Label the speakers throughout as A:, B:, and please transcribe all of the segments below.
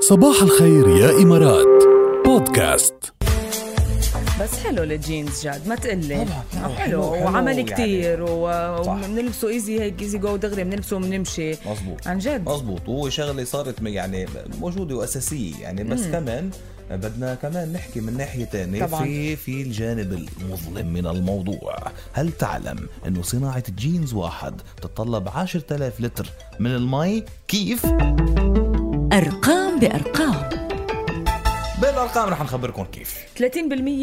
A: صباح الخير يا إمارات بودكاست
B: بس حلو الجينز جاد ما تقلي
C: طبعاً، حلو،
B: حلو
C: حلو،
B: وعمل
C: يعني.
B: كتير و-
C: صح.
B: وبنلبسه ايزي هيك ايزي جو دغري بنلبسه وبنمشي
C: مظبوط
B: عن جد
C: مظبوط وهو شغله صارت م- يعني موجوده واساسيه يعني بس
B: مم.
C: كمان بدنا كمان نحكي من ناحيه ثانيه
B: طبعاً.
C: في في الجانب المظلم من الموضوع هل تعلم انه صناعه جينز واحد تتطلب 10000 لتر من المي كيف
D: أرقام بأرقام
C: بالارقام رح نخبركم كيف
B: 30%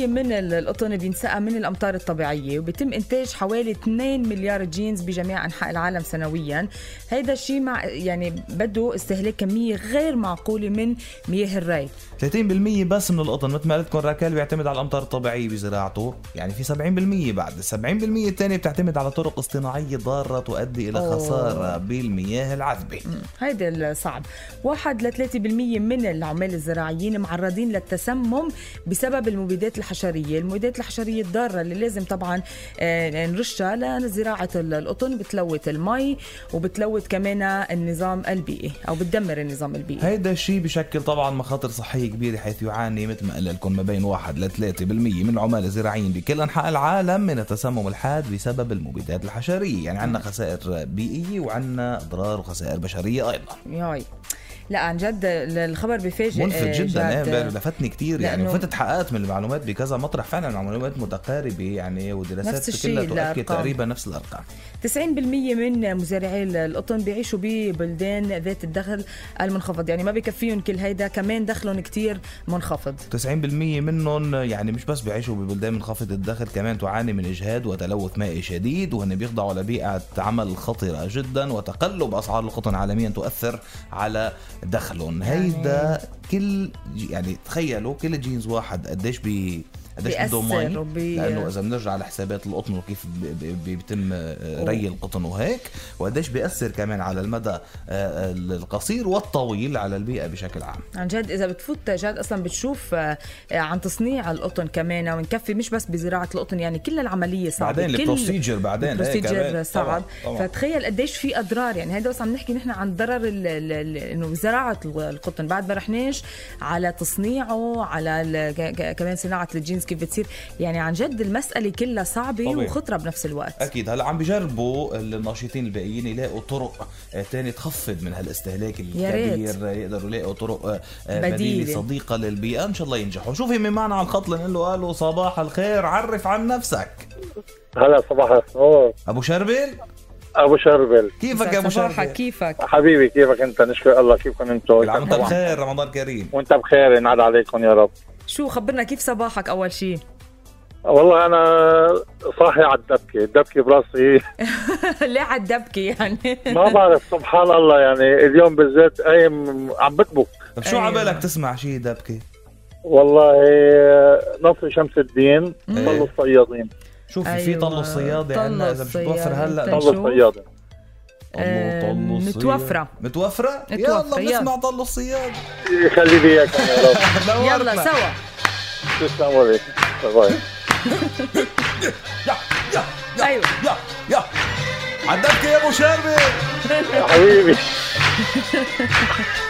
B: من القطن بينسقى من الامطار الطبيعيه وبيتم انتاج حوالي 2 مليار جينز بجميع انحاء العالم سنويا هيدا الشيء مع يعني بده استهلاك كميه غير معقوله من مياه الري
C: 30% بس من القطن مثل ما قلت لكم راكال بيعتمد على الامطار الطبيعيه بزراعته يعني في 70% بعد 70% الثانيه بتعتمد على طرق اصطناعيه ضاره تؤدي الى
B: أوه.
C: خساره بالمياه العذبه
B: هيدا الصعب واحد ل 3% من العمال الزراعيين معرضين للتسمم بسبب المبيدات الحشرية المبيدات الحشرية الضارة اللي لازم طبعا آه، نرشها لزراعة ال- القطن بتلوث المي وبتلوث كمان النظام البيئي أو بتدمر النظام البيئي
C: هيدا الشيء بشكل طبعا مخاطر صحيه كبيره حيث يعاني مثل ما قلنا لكم ما بين 1 ل 3% من العمال الزراعيين بكل انحاء العالم من التسمم الحاد بسبب المبيدات الحشريه، يعني عندنا خسائر بيئيه وعندنا اضرار وخسائر بشريه ايضا.
B: ياي لا عن جد الخبر بفاجئ آه،
C: ملفت جدا
B: جاد.
C: ايه لفتني كثير يعني
B: لأنه-
C: وفتت حلقات من المعلومات بكذا مطرح فعلا معلومات متقاربه يعني
B: نفس
C: ودراسات
B: الشيء
C: كلها تؤكد
B: الأرقام.
C: تقريبا نفس الارقام.
B: 90% من مزارعي القطن بيعيشوا ببلدان ذات الدخل المنخفض يعني ما بكفيهم كل هيدا كمان دخلهم كتير منخفض
C: 90% منهم يعني مش بس بيعيشوا ببلدان منخفض الدخل كمان تعاني من اجهاد وتلوث مائي شديد وهن بيخضعوا لبيئه عمل خطره جدا وتقلب اسعار القطن عالميا تؤثر على دخلهم
B: يعني
C: هيدا كل يعني تخيلوا كل جينز واحد قديش بي قديش بده
B: بيأثر
C: مي
B: وبي-
C: لانه اذا بنرجع لحسابات القطن وكيف ب- ب- بيتم آه، ري القطن وهيك وقديش بيأثر كمان على المدى آه، آه، القصير والطويل على البيئه بشكل عام
B: عن جد اذا بتفوت جاد اصلا بتشوف آه، آه، عن تصنيع القطن كمان ونكفي مش بس بزراعه القطن يعني كل العمليه صعبه
C: بعدين
B: كل
C: البروسيجر بعدين، إيه
B: البروسيجر
C: كمان.
B: صعب
C: طبعاً، طبعاً.
B: فتخيل قديش في اضرار يعني هيدا بس عم نحكي نحن عن ضرر ال- ال- ال- انه زراعه ال- القطن بعد ما رحناش على تصنيعه على ال- ك- ك- كمان صناعه الجينز كيف بتصير يعني عن جد المساله كلها صعبه
C: طبيعي.
B: وخطره بنفس الوقت
C: اكيد هلا عم بجربوا الناشطين الباقيين يلاقوا طرق آه، تاني تخفض من هالاستهلاك
B: يا ريت.
C: الكبير آه، يقدروا يلاقوا طرق آه، آه،
B: بديلة.
C: بديله صديقه للبيئه ان شاء الله ينجحوا شوفي من معنا على الخط لنقول له الو صباح الخير عرف عن نفسك
E: هلا صباح الخير
C: ابو شربل
E: ابو شربل
C: كيفك يا ابو
B: صباحك
C: شربل
B: كيفك
E: حبيبي كيفك انت نشكر الله كيفكم انتم
C: كل عام وانت بخير رمضان كريم
E: وانت بخير ينعاد عليكم يا رب
B: شو خبرنا كيف صباحك اول شيء
E: والله انا صاحي على الدبكه الدبكه براسي
B: ليه على الدبكه يعني
E: ما بعرف سبحان الله يعني اليوم بالذات قايم عم بكبك
C: طب شو
B: أيوة.
C: عبالك تسمع شي دبكه
E: والله نصر شمس الدين
C: إيه.
E: طلوا الصيادين
C: شوفي في
B: أيوة.
C: طلو الصيادي
B: طلو
C: عندنا اذا مش متوفر
B: الصيادي.
C: هلا
B: طلو
C: طلو
E: طلوا
B: نشوف.
E: الصيادين
B: آم،
C: طلو الصياد.
B: آه، متوفرة. متوفرة،
C: متوفره يلا
B: يلا.
C: بنسمع طلو الصياد
E: يخلي لي اياكم يا رب
B: يلا
C: نورتنا.
B: سوا
E: تسلموا لي باي.
C: يا يا يا
B: أيوة.
C: يا يا عدتك يا ابو شربل
E: يا حبيبي